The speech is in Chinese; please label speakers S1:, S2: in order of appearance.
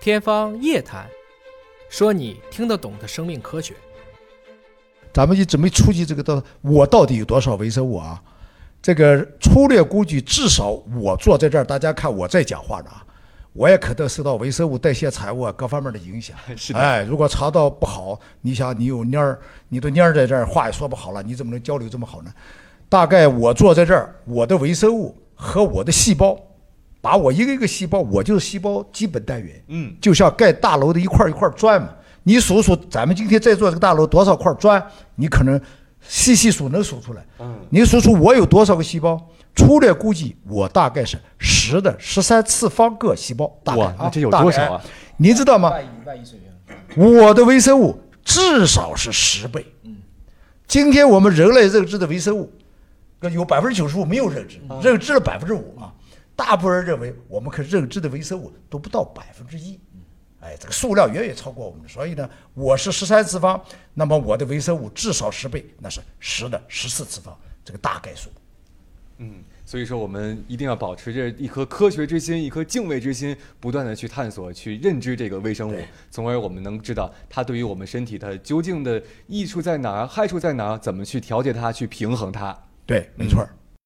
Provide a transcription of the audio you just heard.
S1: 天方夜谭，说你听得懂的生命科学。
S2: 咱们一直没触及这个到我到底有多少微生物啊？这个粗略估计，至少我坐在这儿，大家看我在讲话呢啊，我也可能受到微生物代谢产物啊各方面的影响。
S3: 是的，
S2: 哎，如果肠道不好，你想你有蔫儿，你的蔫儿在这儿，话也说不好了，你怎么能交流这么好呢？大概我坐在这儿，我的微生物和我的细胞，把我一个一个细胞，我就是细胞基本单元，
S3: 嗯，
S2: 就像盖大楼的一块儿一块儿砖嘛。你数数，咱们今天在座这个大楼多少块砖，你可能细细数能数出来。
S3: 嗯，
S2: 你数数我有多少个细胞？粗略估计，我大概是十的十三次方个细胞。大概
S3: 哇
S2: 啊，
S3: 那这有
S2: 大
S3: 多
S2: 概
S3: 少啊？
S2: 你知道吗？
S1: 万亿万亿水平，
S2: 我的微生物至少是十倍。今天我们人类认知的微生物，有百分之九十五没有认知，认知了百分之五啊。大部分人认为我们可认知的微生物都不到百分之一，哎，这个数量远远超过我们的。所以呢，我是十三次方，那么我的微生物至少十倍，那是十的十四次方，这个大概数。
S3: 嗯，所以说我们一定要保持着一颗科学之心，一颗敬畏之心，不断的去探索、去认知这个微生物，从而我们能知道它对于我们身体它究竟的益处在哪儿，害处在哪儿，怎么去调节它，去平衡它。
S2: 对，没错儿。